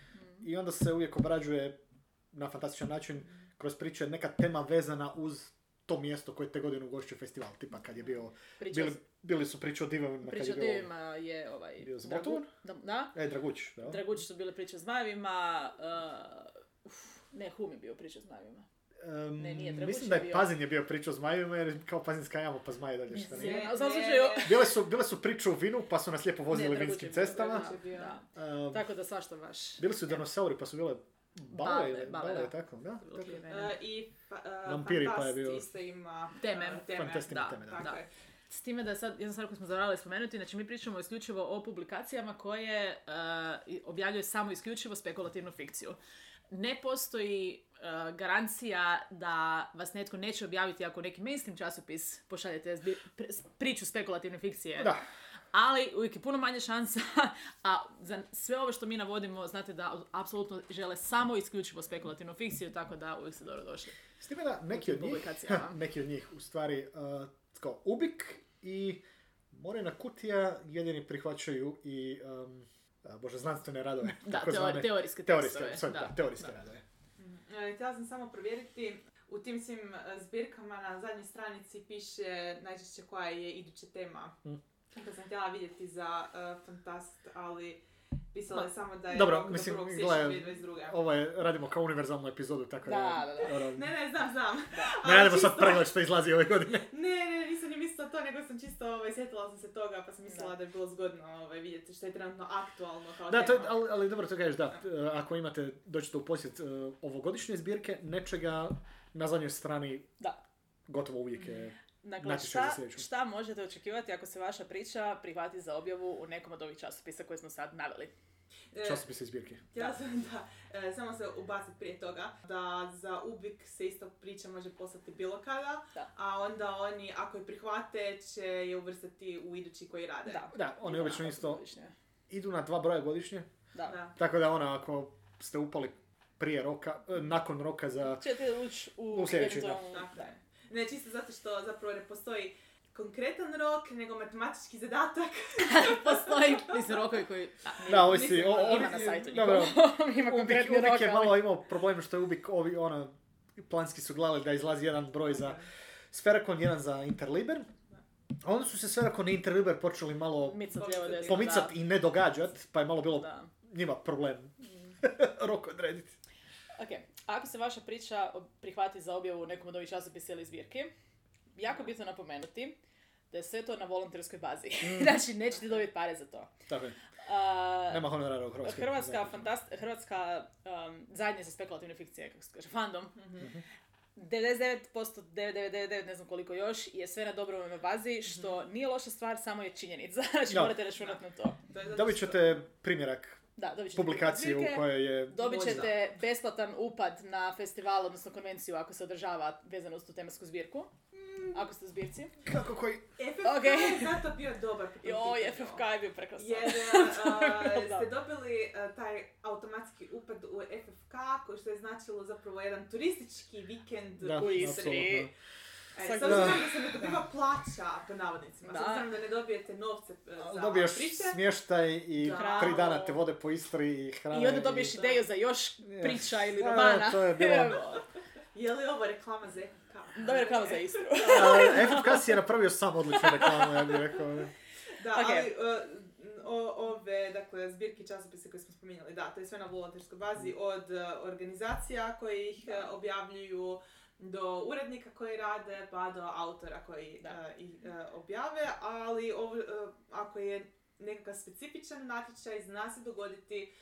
[SPEAKER 3] i onda se uvijek obrađuje na fantastičan način kroz priče neka tema vezana uz to mjesto koje te godine ugošćuje festival. Tipa kad je bio,
[SPEAKER 2] Priča,
[SPEAKER 3] bili, bili su priče o divovima kad
[SPEAKER 2] priča
[SPEAKER 3] je
[SPEAKER 2] o
[SPEAKER 3] bio,
[SPEAKER 2] divima je ovaj...
[SPEAKER 3] bio
[SPEAKER 2] Dragu-
[SPEAKER 3] Zmotovan?
[SPEAKER 2] Da, da.
[SPEAKER 3] E, Draguć, da?
[SPEAKER 2] Dragući su bile priče o zmajevima. Uh, uf, ne, Hum je bio priča o zmajevima.
[SPEAKER 3] Em,
[SPEAKER 2] Ne, nije, Draguć
[SPEAKER 3] mislim da
[SPEAKER 2] je
[SPEAKER 3] je
[SPEAKER 2] bio.
[SPEAKER 3] Pazin je bio priča o zmajevima jer kao Pazinska jama pa zmaje dalje šta nije.
[SPEAKER 2] Sjena,
[SPEAKER 1] Ne,
[SPEAKER 2] u svakom
[SPEAKER 1] ne,
[SPEAKER 2] slučaju-
[SPEAKER 1] ne.
[SPEAKER 3] Bile su, bile su priče o vinu pa su nas lijepo
[SPEAKER 2] Ne,
[SPEAKER 3] vozili
[SPEAKER 2] Draguć je
[SPEAKER 3] vinskim
[SPEAKER 2] bio,
[SPEAKER 3] cestama.
[SPEAKER 2] Draguć je bio. Da.
[SPEAKER 3] Em,
[SPEAKER 2] Tako da svašta baš.
[SPEAKER 3] Bili su dinosauri pa su bile bale,
[SPEAKER 2] Bale,
[SPEAKER 3] ili-
[SPEAKER 2] bale,
[SPEAKER 3] bale,
[SPEAKER 2] da.
[SPEAKER 3] tako, da.
[SPEAKER 2] Bilo kriveno.
[SPEAKER 1] E, I fa- e,
[SPEAKER 3] Vampiri pa je
[SPEAKER 1] Fantast
[SPEAKER 3] bio-
[SPEAKER 1] isto ima
[SPEAKER 4] Teme.
[SPEAKER 1] e, teme.
[SPEAKER 3] Fantastic
[SPEAKER 4] da,
[SPEAKER 3] teme, da.
[SPEAKER 1] Tako
[SPEAKER 4] da.
[SPEAKER 1] je.
[SPEAKER 4] S time da je sad jedna stvar koju smo zaboravili spomenuti, znači mi pričamo isključivo o publikacijama koje uh, i- objavljuju samo isključivo spekulativnu fikciju. Ne postoji uh, garancija da vas netko neće objaviti ako neki mainstream časopis pošaljete zbi- pr- priču spekulativne fikcije.
[SPEAKER 3] Da,
[SPEAKER 4] Ali uvijek je puno manje šansa, a za sve ovo što mi navodimo, znate da apsolutno žele samo isključivo spekulativnu fikciju, tako da uvijek ste dobro došli.
[SPEAKER 3] s time da neki od njih,
[SPEAKER 4] publikacijama.
[SPEAKER 3] neki od njih u stvari uh, kao Ubik i Morena Kutija jedini prihvaćaju i um, a, bože, znanstvene radove.
[SPEAKER 4] Da,
[SPEAKER 3] takozvane-
[SPEAKER 4] teori- teorijske
[SPEAKER 3] teorijske,
[SPEAKER 4] tekstove,
[SPEAKER 3] sorry,
[SPEAKER 4] da.
[SPEAKER 3] da, teorijske
[SPEAKER 4] Da.
[SPEAKER 3] radove.
[SPEAKER 1] E, Htjela sam samo provjeriti, u tim svim e, zbirkama na zadnjoj stranici piše najčešće koja je iduća tema.
[SPEAKER 3] Mm.
[SPEAKER 1] To sam htjela vidjeti za e, Fantast, ali pisalo je samo da je
[SPEAKER 3] dobro,
[SPEAKER 1] rok do
[SPEAKER 3] mislim,
[SPEAKER 1] 1.
[SPEAKER 3] gle,
[SPEAKER 1] siječnja 2022.
[SPEAKER 3] Ovo je, radimo kao univerzalnu epizodu, tako
[SPEAKER 2] Da, da, da.
[SPEAKER 3] ono,
[SPEAKER 1] Ne, ne, znam, znam.
[SPEAKER 3] ne
[SPEAKER 1] Ali
[SPEAKER 3] radimo sad
[SPEAKER 1] čisto-
[SPEAKER 3] pregled što izlazi ove godine.
[SPEAKER 1] Ne, ne, nisam ni mislila to, nego sam čisto, ovaj, sjetila sam se toga, pa sam mislila da, je bilo zgodno ovaj, vidjeti što je trenutno aktualno kao
[SPEAKER 3] Da, to je,
[SPEAKER 1] tema.
[SPEAKER 3] ali, ali dobro to kažeš, da, e, ako imate, dođete u posjet e, ovogodišnje zbirke, nečega na zadnjoj strani
[SPEAKER 2] Da.
[SPEAKER 3] gotovo uvijek je
[SPEAKER 1] Mm-hmm.
[SPEAKER 2] Dakle,
[SPEAKER 3] Natječaj za
[SPEAKER 2] šta,
[SPEAKER 3] sljedeću.
[SPEAKER 2] šta možete očekivati ako se vaša priča prihvati za objavu u nekom od ovih časopisa koje smo sad naveli?
[SPEAKER 1] E,
[SPEAKER 3] časopise i zbirke.
[SPEAKER 1] Htjela sam da, e, samo se ubaciti prije toga, da za ubik se isto priča može poslati bilo kada,
[SPEAKER 2] Da.
[SPEAKER 1] a onda oni ako je prihvate će je uvrstati u idući koji rade.
[SPEAKER 2] Da.
[SPEAKER 3] Da, oni
[SPEAKER 2] Idemo
[SPEAKER 3] obično
[SPEAKER 2] na
[SPEAKER 3] isto
[SPEAKER 2] godišnje.
[SPEAKER 3] idu na dva broja godišnje,
[SPEAKER 2] Da.
[SPEAKER 1] Da.
[SPEAKER 3] tako da ona ako ste upali prije roka, e, nakon roka za...
[SPEAKER 2] Čete ući u,
[SPEAKER 3] U sljedeći, da.
[SPEAKER 2] eventualnu-
[SPEAKER 1] Tako je. Ne, čisto zato što zapravo ne postoji konkretan rok, nego matematički zadatak.
[SPEAKER 4] Postoji, mislim, rokovi koji...
[SPEAKER 3] Da, ovi si...
[SPEAKER 1] Mislim,
[SPEAKER 3] o- ovi-
[SPEAKER 2] Ima na sajtu
[SPEAKER 3] Dobro,
[SPEAKER 2] njihovom, ima
[SPEAKER 3] Ubik,
[SPEAKER 2] konkretni
[SPEAKER 3] Ubik
[SPEAKER 2] rok,
[SPEAKER 3] je
[SPEAKER 2] ali-
[SPEAKER 3] malo imao problem što je Ubik, ovi, ona, planski su gledali da izlazi jedan broj za Sferakon, jedan za Interliber. A onda su se Sferakon i Interliber počeli malo
[SPEAKER 2] Micat lijevo desno, da.
[SPEAKER 3] pomicat i ne događat, pa je malo bilo
[SPEAKER 2] Da.
[SPEAKER 3] njima problem rok odrediti.
[SPEAKER 2] Ok, ako se vaša priča ob- prihvati za objavu u nekom od ovih časopisa ili zbirki, jako bitno napomenuti da je sve to na volonterskoj bazi.
[SPEAKER 3] Mm.
[SPEAKER 2] znači, nećete dobiti pare za to.
[SPEAKER 3] Tako je,
[SPEAKER 2] A,
[SPEAKER 3] nema honorara u Hrvatskoj.
[SPEAKER 2] E, Hrvatska,
[SPEAKER 3] Znači.
[SPEAKER 2] fantast, Hrvatska um, zajednica spekulativne fikcije, kako se kaže, fandom.
[SPEAKER 3] Mhm.
[SPEAKER 2] Mhm. 99%, 9999, ne znam koliko još, je sve na dobrovoljnoj bazi, što
[SPEAKER 3] Mhm.
[SPEAKER 2] nije loša stvar, samo je činjenica. Znači,
[SPEAKER 3] Da.
[SPEAKER 2] morate računati na to.
[SPEAKER 1] To je zato
[SPEAKER 3] Dobit
[SPEAKER 1] što-
[SPEAKER 3] ćete primjerak
[SPEAKER 2] Da, dobit ćete
[SPEAKER 3] publikacije u
[SPEAKER 2] zbirke.
[SPEAKER 3] kojoj je
[SPEAKER 2] Dobit
[SPEAKER 1] Možda.
[SPEAKER 2] ćete besplatan upad na festival, odnosno konvenciju ako se održava vezano uz tu tematsku zbirku.
[SPEAKER 1] Mm.
[SPEAKER 2] Ako ste u zbirci.
[SPEAKER 3] kako koji
[SPEAKER 1] FFK
[SPEAKER 2] Ok.
[SPEAKER 1] je zato bio dobar po tom
[SPEAKER 2] Joj,
[SPEAKER 1] pitanju.
[SPEAKER 2] FFK je bio prekrasan.
[SPEAKER 1] Jer
[SPEAKER 2] je
[SPEAKER 1] e,
[SPEAKER 2] bilo
[SPEAKER 1] ste dobili e, taj automatski upad u FFK, koji što je značilo zapravo jedan turistički vikend
[SPEAKER 3] Da,
[SPEAKER 2] u Istri.
[SPEAKER 3] apsolutno.
[SPEAKER 1] E,
[SPEAKER 2] Sad-
[SPEAKER 1] s obzirom da se ne dobiva plaća, po navodnicima,
[SPEAKER 2] Da.
[SPEAKER 1] s obzirom da ne dobijete novce e, za
[SPEAKER 3] Dobiješ
[SPEAKER 1] priče,
[SPEAKER 3] smještaj i
[SPEAKER 1] Da.
[SPEAKER 3] tri dana te vode po Istri i hrane.
[SPEAKER 2] I onda dobiješ
[SPEAKER 1] Da.
[SPEAKER 2] ideju za još
[SPEAKER 3] Je.
[SPEAKER 2] priča ili
[SPEAKER 3] A,
[SPEAKER 2] romana.
[SPEAKER 3] to je bilo-
[SPEAKER 2] Evo,
[SPEAKER 1] je li ovo reklama za FFK?
[SPEAKER 2] Dobra reklama za Istru.
[SPEAKER 3] A, FFK si je napravio sam odličnu reklamu, ja bih rekao.
[SPEAKER 1] Da,
[SPEAKER 2] Ok.
[SPEAKER 1] ali e, o- ove, dakle, zbirke i časopise koje smo spominjali, da, to je sve na volonterskoj bazi, od e, organizacija koje ih e, objavljuju, do urednika koji rade, pa do autora koji
[SPEAKER 2] Da.
[SPEAKER 1] e, ih e, objave, ali ovo, e, ako je nekakav specifičan natječaj, zna se dogoditi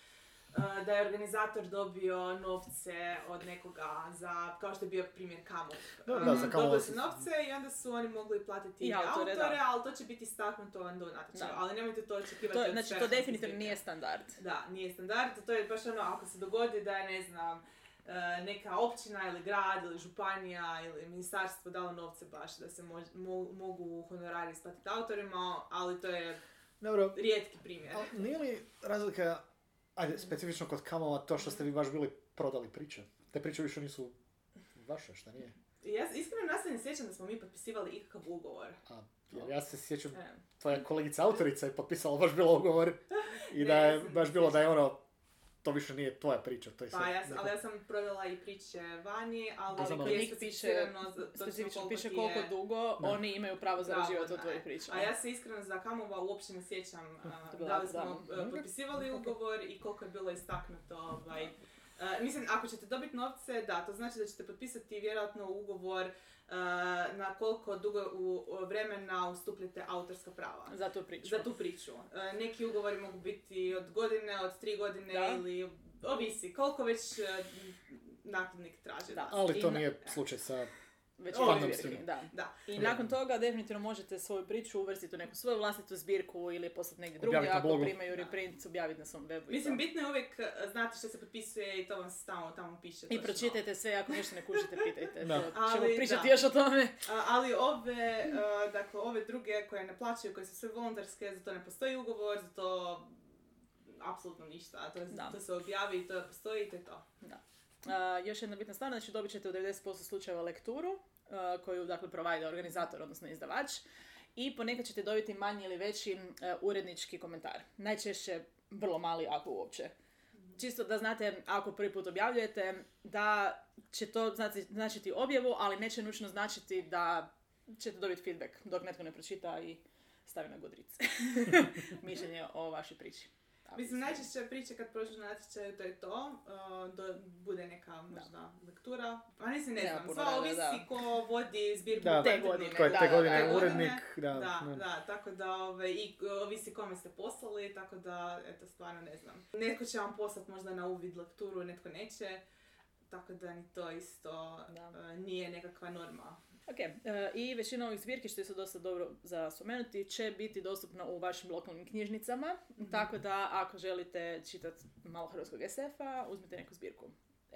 [SPEAKER 1] e, da je organizator dobio novce od nekoga za, kao što je bio primjer Kamov.
[SPEAKER 3] Da, da,
[SPEAKER 1] E,
[SPEAKER 3] za Kamov
[SPEAKER 1] Dobili su
[SPEAKER 3] su-
[SPEAKER 1] novce i onda su oni mogli platiti
[SPEAKER 2] I
[SPEAKER 1] i
[SPEAKER 2] autore,
[SPEAKER 1] autore,
[SPEAKER 2] da.
[SPEAKER 1] ali to će biti istaknuto onda u natječaju,
[SPEAKER 2] Da.
[SPEAKER 1] ali nemojte to očekivati.
[SPEAKER 2] To,
[SPEAKER 1] od
[SPEAKER 2] znači, to
[SPEAKER 1] Sferonske
[SPEAKER 2] definitivno
[SPEAKER 1] zbirke.
[SPEAKER 2] nije standard.
[SPEAKER 1] Da, nije standard, to je baš ono, ako se dogodi da je, ne znam, e, neka općina ili grad ili županija ili ministarstvo dalo novce baš da se mož- mo- mogu honorari isplatiti autorima, ali to je
[SPEAKER 3] Dobro,
[SPEAKER 1] rijetki primjer.
[SPEAKER 3] ali nije li razlika, ajde, specifično kod kamova to što ste vi baš bili prodali priče? Te priče više nisu vaše, šta nije?
[SPEAKER 1] Ja se- iskreno nas se ne sjećam da smo mi potpisivali ikakav ugovor.
[SPEAKER 3] A, jer ja se sjećam,
[SPEAKER 1] E,
[SPEAKER 3] tvoja kolegica autorica je potpisala baš bilo ugovor i da je baš bilo da je ono, to više nije tvoja priča, to je
[SPEAKER 1] Pa
[SPEAKER 3] sve
[SPEAKER 1] ja, s-
[SPEAKER 3] E, neko-
[SPEAKER 1] ali ja sam provjela i priče vani, ali
[SPEAKER 3] Da, znam,
[SPEAKER 1] gdje
[SPEAKER 2] ali-
[SPEAKER 1] je
[SPEAKER 2] Kod njih piše-
[SPEAKER 1] specificirano za- točno
[SPEAKER 2] Specifično
[SPEAKER 1] koliko
[SPEAKER 2] piše
[SPEAKER 1] ti
[SPEAKER 2] koliko
[SPEAKER 1] je-
[SPEAKER 2] dugo
[SPEAKER 3] Da.
[SPEAKER 2] oni imaju pravo zarađivati od
[SPEAKER 1] Pravo,
[SPEAKER 2] tvojih
[SPEAKER 1] da.
[SPEAKER 2] priča.
[SPEAKER 1] A ja se iskreno za Kamova uopće ne sjećam uh,
[SPEAKER 2] To je bila
[SPEAKER 1] da li smo
[SPEAKER 2] zabava.
[SPEAKER 1] uh, potpisivali ugovor i koliko je bilo istaknuto. Ovaj. Uh, mislim, ako ćete dobiti novce, da, to znači da ćete potpisati vjerojatno ugovor uh, na koliko dugo u, u vremena ustupljate autorska prava.
[SPEAKER 2] Za tu priču.
[SPEAKER 1] Za tu priču. E, Neki ugovori mogu biti od godine, od tri godine
[SPEAKER 2] Da.
[SPEAKER 1] ili ovisi koliko već e, nakladnik traži.
[SPEAKER 2] Da.
[SPEAKER 3] Ali to
[SPEAKER 2] I na-
[SPEAKER 3] nije slučaj sa...
[SPEAKER 2] Već
[SPEAKER 1] O,
[SPEAKER 2] imaju
[SPEAKER 1] fandom
[SPEAKER 2] zbirke,
[SPEAKER 3] stream.
[SPEAKER 2] da.
[SPEAKER 1] Da.
[SPEAKER 2] I nakon toga definitivno možete svoju priču uvrstiti u neku svoju vlastitu zbirku ili poslati negdje drugdje
[SPEAKER 3] Objaviti na
[SPEAKER 2] ako
[SPEAKER 3] blogu.
[SPEAKER 2] primaju
[SPEAKER 1] Da.
[SPEAKER 2] reprint, objaviti na svom webu. i
[SPEAKER 1] Mislim,
[SPEAKER 2] to.
[SPEAKER 1] bitno je uvijek e, znati što se potpisuje i to vam stalno tamo piše.
[SPEAKER 2] I
[SPEAKER 1] točno.
[SPEAKER 2] pročitajte sve, ako nešto ne kužite, pitajte.
[SPEAKER 3] Da.
[SPEAKER 2] To ćemo
[SPEAKER 1] Ali,
[SPEAKER 2] pričati
[SPEAKER 1] da.
[SPEAKER 2] još o tome.
[SPEAKER 1] A, ali ove, e, dakle, ove druge koje ne plaćaju, koje su sve volontarske, za to ne postoji ugovor, za to apsolutno ništa. To, je,
[SPEAKER 2] Da.
[SPEAKER 1] to se objavi i to postoji i to je to.
[SPEAKER 2] A, još jedna bitna stvar, znači dobit ćete u 90% slučajeva lekturu a, koju dakle provajda organizator, odnosno izdavač i ponekad ćete dobiti manji ili veći e, urednički komentar. Najčešće vrlo mali, ako uopće. Čisto da znate, ako prvi put objavljujete, da će to znači, značiti objavu, ali neće nužno značiti da ćete dobiti feedback dok netko ne pročita i stavi na godrice. Mišljenje o vašoj priči. Tako
[SPEAKER 1] Mislim,
[SPEAKER 2] da.
[SPEAKER 1] najčešće priče kad prođu na natječaju, to je to. Uh, do, bude neka možda lektura. A nisi, ne
[SPEAKER 2] Nema
[SPEAKER 1] znam,
[SPEAKER 2] puno
[SPEAKER 1] sva
[SPEAKER 2] rada,
[SPEAKER 1] ovisi
[SPEAKER 2] da.
[SPEAKER 1] ko vodi zbirku
[SPEAKER 3] Da,
[SPEAKER 2] Te
[SPEAKER 1] kvalitetne knjige.
[SPEAKER 2] godine,
[SPEAKER 3] Ko je
[SPEAKER 2] Da,
[SPEAKER 3] te
[SPEAKER 2] da,
[SPEAKER 3] godine
[SPEAKER 2] da.
[SPEAKER 3] urednik, da,
[SPEAKER 1] Da,
[SPEAKER 3] ne.
[SPEAKER 1] da, tako da ove, i e, ovisi kome ste poslali, tako da, eto, stvarno ne znam. Netko će vam poslati možda na uvid lekturu, netko neće, tako da ni to isto
[SPEAKER 2] Da.
[SPEAKER 1] e, nije nekakva norma.
[SPEAKER 2] Ok, e, i većina ovih zbirki, što je sad dosta dobro za spomenuti, će biti dostupna u vašim lokalnim knjižnicama,
[SPEAKER 3] Mhm.
[SPEAKER 2] tako da ako želite čitati malo hrvatskog SF-a, uzmite neku zbirku.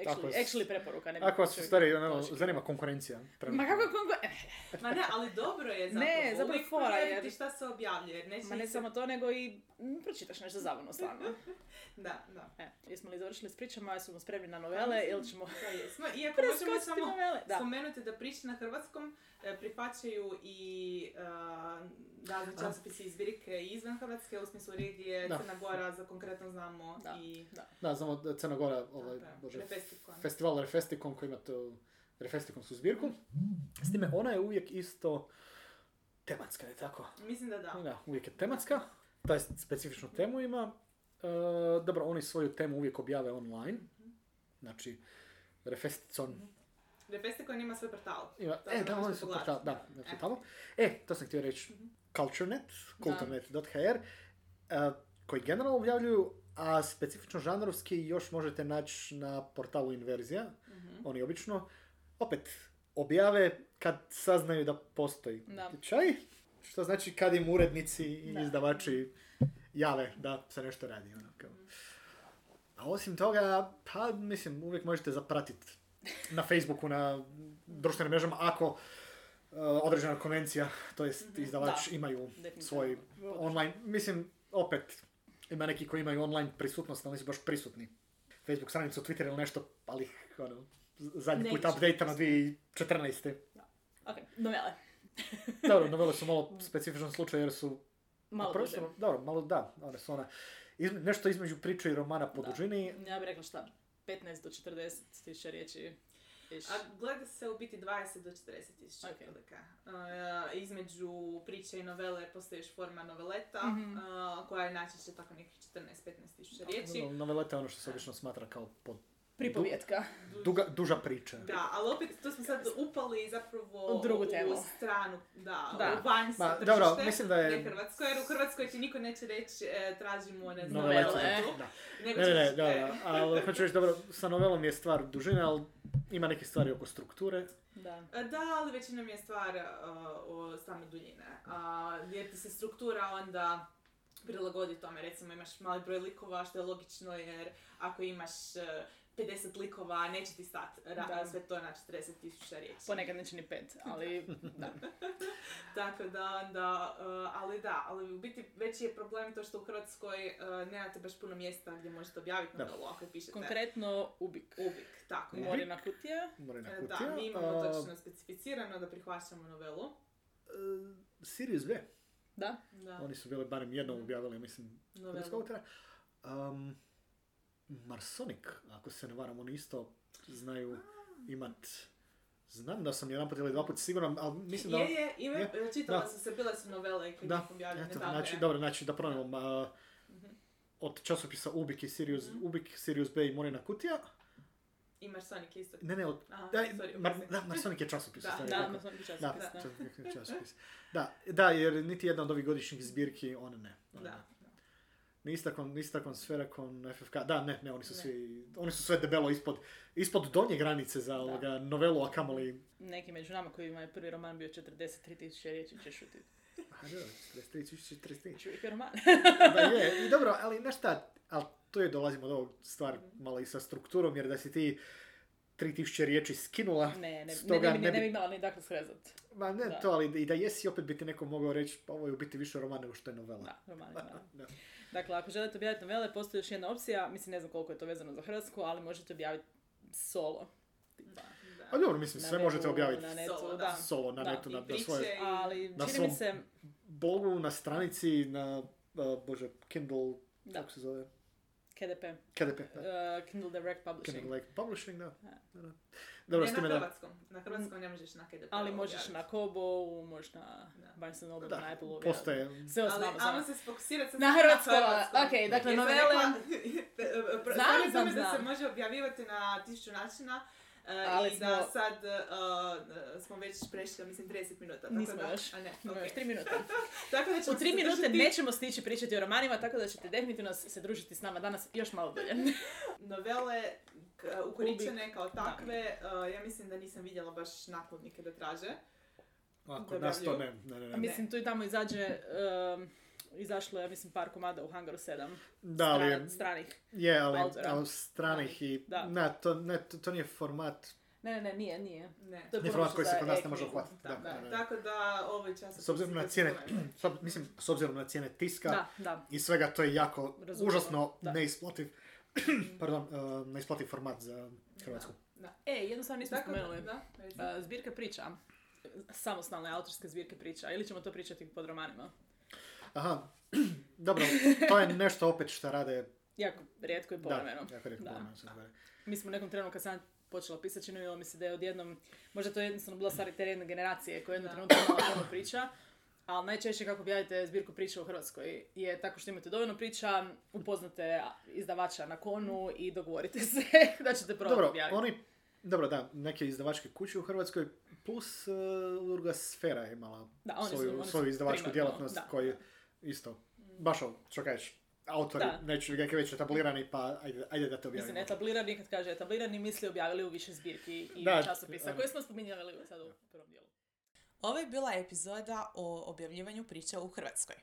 [SPEAKER 3] Tako
[SPEAKER 2] Actually,
[SPEAKER 3] je.
[SPEAKER 2] actually preporuka. Ne bi
[SPEAKER 3] Ako vas u
[SPEAKER 2] čovjek-
[SPEAKER 3] stvari ono,
[SPEAKER 2] čovjek-
[SPEAKER 3] zanima konkurencija.
[SPEAKER 2] Ma
[SPEAKER 3] trenutno.
[SPEAKER 2] kako konkur- eh,
[SPEAKER 1] Ma ne, ali dobro je zapravo.
[SPEAKER 2] Ne, zapravo
[SPEAKER 1] uvijek
[SPEAKER 2] fora je-
[SPEAKER 1] provjeriti šta se objavljuje. jer Neće
[SPEAKER 2] Ma ne
[SPEAKER 1] ih se-
[SPEAKER 2] samo to, nego i mm, pročitaš nešto zabavno, stvarno.
[SPEAKER 1] Mhm. Da, da.
[SPEAKER 2] E, jesmo li završili s pričama, jesmo spremni na novele ili ćemo
[SPEAKER 1] Da, jesmo. Iako možemo
[SPEAKER 2] preskočiti
[SPEAKER 1] samo
[SPEAKER 2] novele? Da.
[SPEAKER 1] spomenuti da priče na hrvatskom e, prihvaćaju i e, razni
[SPEAKER 3] A.
[SPEAKER 1] časopisi i zbirke izvan Hrvatske, u smislu regije,
[SPEAKER 3] Da.
[SPEAKER 1] Crna Gora, za konkretno znamo
[SPEAKER 2] Da.
[SPEAKER 1] i...
[SPEAKER 3] Da, znamo da Crna Gora, ovaj,
[SPEAKER 1] Tako je,
[SPEAKER 3] bože,
[SPEAKER 1] Refestikon.
[SPEAKER 3] festival Refestikon koji ima to Refestikonsku zbirku. S time, ona je uvijek isto tematska, je tako?
[SPEAKER 1] Mislim da da.
[SPEAKER 3] Da, uvijek je tematska. Taj specifičnu temu ima. E, dobro, oni svoju temu uvijek objave online.
[SPEAKER 2] Mhm.
[SPEAKER 3] Znači, Refesticon
[SPEAKER 1] Refestikon ima svoj portal.
[SPEAKER 3] ima...
[SPEAKER 1] To
[SPEAKER 3] E,
[SPEAKER 1] se
[SPEAKER 3] da,
[SPEAKER 1] može
[SPEAKER 3] oni su
[SPEAKER 1] pogledati.
[SPEAKER 3] portal, da,
[SPEAKER 1] Da.
[SPEAKER 3] znači tamo. E, to sam htio reći. Culturenet, culturenet.hr, e, koji generalno objavljuju, a specifično žanrovski još možete naći na portalu Inverzija.
[SPEAKER 1] Mhm.
[SPEAKER 3] Oni obično opet objave kad saznaju da postoji
[SPEAKER 2] Da.
[SPEAKER 3] natječaj, što znači kad im urednici i
[SPEAKER 2] Da.
[SPEAKER 3] izdavači jave da se nešto radi. Ono, kao. A osim toga, pa mislim, uvijek možete zapratiti na Facebooku, na društvenim mrežama, ako e, određena konvencija, to jest izdavač,
[SPEAKER 2] Mhm. Da.
[SPEAKER 3] imaju
[SPEAKER 2] Definitivno.
[SPEAKER 3] svoj online, mislim, opet, ima neki koji imaju online prisutnost, ali nisu baš prisutni. Facebook stranicu, Twitter ili nešto, ali ih, ono, z- zadnji put
[SPEAKER 2] Neće.
[SPEAKER 3] update na 2014.
[SPEAKER 2] Ok, novele.
[SPEAKER 3] Dobro, novele su malo specifičan slučaj jer su...
[SPEAKER 2] Malo
[SPEAKER 3] Naprosto-
[SPEAKER 2] duže.
[SPEAKER 3] Dobro, malo da, one su ona... izme- nešto između priče i romana po
[SPEAKER 2] Da.
[SPEAKER 3] dužini.
[SPEAKER 2] Ja bih rekla šta, 15 do 40 tisuća riječi. ish.
[SPEAKER 1] A gleda se u biti 20 do 40 tisuća
[SPEAKER 2] Ok.
[SPEAKER 1] otprilike. E, između priče i novele postoji još forma noveleta,
[SPEAKER 2] Mhm.
[SPEAKER 1] e, koja je najčešće tako nekih 14-15 tisuća riječi.
[SPEAKER 3] Noveleta je ono što se obično smatra kao pod
[SPEAKER 2] Pripovjetka.
[SPEAKER 3] duga, duža priča.
[SPEAKER 1] Da, ali opet tu smo sad upali zapravo
[SPEAKER 2] U drugu
[SPEAKER 1] u,
[SPEAKER 2] temu.
[SPEAKER 1] stranu, da,
[SPEAKER 2] Da.
[SPEAKER 1] u vanjsko
[SPEAKER 3] Ma,
[SPEAKER 1] tržište,
[SPEAKER 3] dobro, mislim da je...
[SPEAKER 1] ne Hrvatsko, jer u Hrvatskoj ti niko neće reći e, tražimo, ne znam,
[SPEAKER 2] Novele.
[SPEAKER 1] novelu,
[SPEAKER 3] Da.
[SPEAKER 1] nego
[SPEAKER 3] Ne, ne, ne,
[SPEAKER 1] ćeš-
[SPEAKER 3] da,
[SPEAKER 1] e,
[SPEAKER 3] da, ali hoću reći, dobro, sa novelom je stvar dužine, ali ima neke stvari oko strukture.
[SPEAKER 2] Da.
[SPEAKER 1] E, Da, ali većinom je stvar uh, o same duljine. A, jer ti se struktura onda prilagodi tome. Recimo imaš mali broj likova što je logično jer ako imaš uh, 50 likova, neće ti stati ra-
[SPEAKER 2] Da.
[SPEAKER 1] sve to na 40 tisuća riječi.
[SPEAKER 2] Ponekad neće ni pet, ali da.
[SPEAKER 1] Tako da onda, e, ali da, ali u biti veći je problem to što u Hrvatskoj e, nemate baš puno mjesta gdje možete objaviti
[SPEAKER 3] Da.
[SPEAKER 1] novelu ako je pišete.
[SPEAKER 2] Konkretno Ubik.
[SPEAKER 1] Uvijek, tako je.
[SPEAKER 2] Morina kutija.
[SPEAKER 3] Morena
[SPEAKER 1] E,
[SPEAKER 3] kutija.
[SPEAKER 1] Da, mi
[SPEAKER 3] a,
[SPEAKER 1] imamo točno specificirano da prihvaćamo novelu.
[SPEAKER 3] e, Sirius B.
[SPEAKER 2] Da.
[SPEAKER 1] Da,
[SPEAKER 3] Oni su bili barem jednom objavili, mislim,
[SPEAKER 1] novelu.
[SPEAKER 3] hrvatskog autora. Um, Marsonic, ako se ne varam, oni isto znaju imat... Znam da sam jedan put ili dva put siguran, ali mislim da...
[SPEAKER 1] Je, je, ime,
[SPEAKER 3] je,
[SPEAKER 1] e, čitala
[SPEAKER 3] da.
[SPEAKER 1] sam se, bile su novele koje
[SPEAKER 3] Da,
[SPEAKER 1] nisu objavljene.
[SPEAKER 3] eto,
[SPEAKER 1] tako
[SPEAKER 3] znači,
[SPEAKER 1] je.
[SPEAKER 3] dobro, znači da pronavom a, od časopisa Ubik i Sirius, Ubik, Sirius B i Morina kutija.
[SPEAKER 1] I Marsonic isto.
[SPEAKER 3] Ne, ne, od,
[SPEAKER 1] Aha,
[SPEAKER 3] da,
[SPEAKER 1] sorry,
[SPEAKER 3] Mar-
[SPEAKER 1] oprosti.
[SPEAKER 3] da, Marsonic je časopis.
[SPEAKER 1] Da,
[SPEAKER 3] u stvari,
[SPEAKER 2] Da,
[SPEAKER 3] tako.
[SPEAKER 2] na svom pičastu,
[SPEAKER 3] Da,
[SPEAKER 2] da.
[SPEAKER 3] časopis, časopis. Da, da, jer niti jedna od ovih godišnjih zbirki, one ne. One ne.
[SPEAKER 1] Da.
[SPEAKER 3] Nistakon, Nistakon, Sferakon, FFK, da, ne, ne, oni su svi, oni su sve debelo ispod, ispod donje granice za ovoga novelu, a kamoli...
[SPEAKER 2] Neki među nama koji ima je prvi roman bio 43 tisuće riječi će šutiti.
[SPEAKER 3] A da, 43, 43.
[SPEAKER 2] Čovjek je roman.
[SPEAKER 3] Da je, i dobro, ali znaš šta, ali tu je dolazimo do ovog stvar malo i sa strukturom, jer da si ti 3000 riječi skinula,
[SPEAKER 2] Ne, ne, ne,
[SPEAKER 3] Stoga
[SPEAKER 2] ne, bi,
[SPEAKER 3] ne
[SPEAKER 2] ne,
[SPEAKER 3] bi-
[SPEAKER 2] bi imala ni dakle srezat.
[SPEAKER 3] ma ne
[SPEAKER 2] Da.
[SPEAKER 3] to, ali i da jesi, opet bi ti neko mogao reći, pa ovo je u biti više roman nego što je novela.
[SPEAKER 2] Da, roman, roman.
[SPEAKER 3] Da.
[SPEAKER 2] Dakle, ako želite objaviti novele, postoji još jedna opcija, mislim ne znam koliko je to vezano za Hrvatsku, ali možete objaviti solo. Tipa,
[SPEAKER 1] Da.
[SPEAKER 3] A dobro, mislim,
[SPEAKER 2] na
[SPEAKER 3] sve
[SPEAKER 2] netu,
[SPEAKER 3] možete objaviti
[SPEAKER 2] Na netu,
[SPEAKER 1] Solo,
[SPEAKER 2] da.
[SPEAKER 1] da.
[SPEAKER 3] solo na
[SPEAKER 2] Da,
[SPEAKER 3] netu,
[SPEAKER 1] I
[SPEAKER 3] na, na
[SPEAKER 1] priče
[SPEAKER 3] svojoj
[SPEAKER 1] i-
[SPEAKER 2] Ali
[SPEAKER 3] Na
[SPEAKER 2] čini mi
[SPEAKER 3] svom-
[SPEAKER 2] se,
[SPEAKER 3] blogu, na stranici, na, a, bože, Kindle,
[SPEAKER 2] Da.
[SPEAKER 3] kako se zove,
[SPEAKER 2] KDP,
[SPEAKER 3] KDP, da.
[SPEAKER 2] uh, Kindle Direct Publishing,
[SPEAKER 3] Kindle Like Publishing, da.
[SPEAKER 2] Da.
[SPEAKER 3] Da, da. Dobro,
[SPEAKER 1] ne
[SPEAKER 3] s
[SPEAKER 1] na
[SPEAKER 3] time da...
[SPEAKER 1] hrvatskom. Na hrvatskom ne možeš na KDP
[SPEAKER 2] ali možeš na
[SPEAKER 1] objaviti.
[SPEAKER 2] Kobo, možeš na
[SPEAKER 1] Da.
[SPEAKER 2] Barnes Noble, na
[SPEAKER 3] Da,
[SPEAKER 2] Apple,
[SPEAKER 3] postoje...
[SPEAKER 2] sve
[SPEAKER 1] Ali
[SPEAKER 2] ostalo.
[SPEAKER 1] ajmo se sfokusirati sad
[SPEAKER 2] Na hrvatskom, ok, dakle,
[SPEAKER 1] Jesam
[SPEAKER 2] novele-
[SPEAKER 1] rekla-
[SPEAKER 2] Znam,
[SPEAKER 1] Stvarno
[SPEAKER 2] znam,
[SPEAKER 1] mi da se
[SPEAKER 2] znam.
[SPEAKER 1] može objavljivati na tisuću načina. e,
[SPEAKER 2] Ali
[SPEAKER 1] I da
[SPEAKER 2] smo-
[SPEAKER 1] sad e, smo već prešli, mislim, 30 minuta. tako
[SPEAKER 2] Nismo
[SPEAKER 1] da-
[SPEAKER 2] još.
[SPEAKER 1] A ne,
[SPEAKER 2] Imamo još
[SPEAKER 1] okej.
[SPEAKER 2] tri minute.
[SPEAKER 1] Tako da ćemo
[SPEAKER 2] U tri
[SPEAKER 1] se
[SPEAKER 2] minute
[SPEAKER 1] držati-
[SPEAKER 2] nećemo stići pričati o romanima, tako da ćete definitivno se družiti s nama danas još malo bolje.
[SPEAKER 1] novele k- e, ukoričene kao takve, e, ja mislim da nisam vidjela baš nakladnike da traže.
[SPEAKER 3] A, kod nas to ne, ne, ne, ne.
[SPEAKER 2] Mislim, tu i tamo izađe, um, izašlo je, ja mislim, par komada u Hangaru 7.
[SPEAKER 3] Da, ali je,
[SPEAKER 2] Stran- stranih.
[SPEAKER 3] je ali,
[SPEAKER 2] autora.
[SPEAKER 3] ali stranih i...
[SPEAKER 2] Da.
[SPEAKER 3] Ne, to, ne, to, to nije format,
[SPEAKER 2] Ne, ne, ne, nije, nije.
[SPEAKER 1] Ne.
[SPEAKER 2] To je puno
[SPEAKER 3] nije format koji
[SPEAKER 2] za
[SPEAKER 3] se kod nas ne može
[SPEAKER 2] e-knjigu.
[SPEAKER 3] uhvatiti. Da,
[SPEAKER 2] Da,
[SPEAKER 3] da, da.
[SPEAKER 1] Tako da ovaj čas...
[SPEAKER 3] S obzirom na cijene, s ob- mislim, s obzirom na cijene tiska,
[SPEAKER 2] Da, da.
[SPEAKER 3] i svega to je jako
[SPEAKER 2] Razumljivo,
[SPEAKER 3] užasno
[SPEAKER 2] da.
[SPEAKER 3] neisplativ pardon, e, neisplativ format za Hrvatsku.
[SPEAKER 2] E, jednostavno nismo
[SPEAKER 1] Tako da,
[SPEAKER 2] spomenuli.
[SPEAKER 1] da, recimo.
[SPEAKER 2] Uh, zbirka priča. Samostalne autorske zbirke priča. Ili ćemo to pričati pod romanima.
[SPEAKER 3] Aha, dobro, to je nešto opet što rade...
[SPEAKER 2] Jako rijetko i povremeno.
[SPEAKER 3] Da, jako rekao
[SPEAKER 2] Da.
[SPEAKER 3] povremeno se zove.
[SPEAKER 2] Mi smo u nekom trenu kad sam ja počela pisati, činilo mi se da je odjednom, možda to je jednostavno bila stvar i te jedne generacije koja je jednom trenutku imala puno priča, ali najčešće kako objavite zbirku priča u Hrvatskoj je tako što imate dovoljno priča, upoznate izdavača na konu i dogovorite se da ćete probati
[SPEAKER 3] Dobro,
[SPEAKER 2] objaviti.
[SPEAKER 3] oni... Dobro, da, neke izdavačke kuće u Hrvatskoj, plus e, udruga Sfera je imala
[SPEAKER 2] Da, oni su-
[SPEAKER 3] svoju,
[SPEAKER 2] oni su
[SPEAKER 3] svoju izdavačku
[SPEAKER 2] primarno,
[SPEAKER 3] djelatnost
[SPEAKER 2] da.
[SPEAKER 3] koju isto, baš ovo, što kažeš, autori,
[SPEAKER 2] Da.
[SPEAKER 3] neću neki već etablirani, pa ajde, ajde da te objavimo.
[SPEAKER 2] Mislim, etablirani, kad kaže etablirani, misli objavili u više zbirki i
[SPEAKER 3] Da,
[SPEAKER 2] časopisa
[SPEAKER 3] da.
[SPEAKER 2] koje smo spominjali sad u prvom dijelu.
[SPEAKER 5] Ovo je bila epizoda o objavljivanju priča u Hrvatskoj.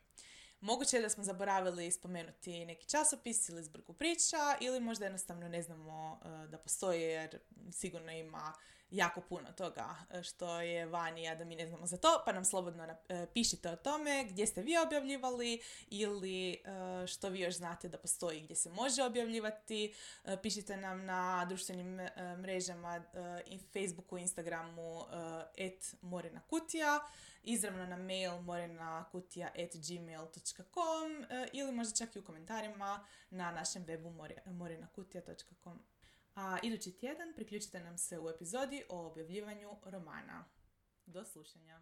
[SPEAKER 5] Moguće je da smo zaboravili spomenuti neki časopis ili zbrku priča ili možda jednostavno ne znamo e, da postoje jer sigurno ima jako puno toga e, što je vani, a da mi ne znamo za to, pa nam slobodno nap- e, pišite o tome gdje ste vi objavljivali ili e, što vi još znate da postoji gdje se može objavljivati. E, Pišite nam na društvenim e, mrežama e, i Facebooku, Instagramu et Morena Kutija, izravno na mail morenakutija at gmail.com e, ili možda čak i u komentarima na našem webu more- morenakutija.com. A idući tjedan priključite nam se u epizodi o objavljivanju romana. Do slušanja.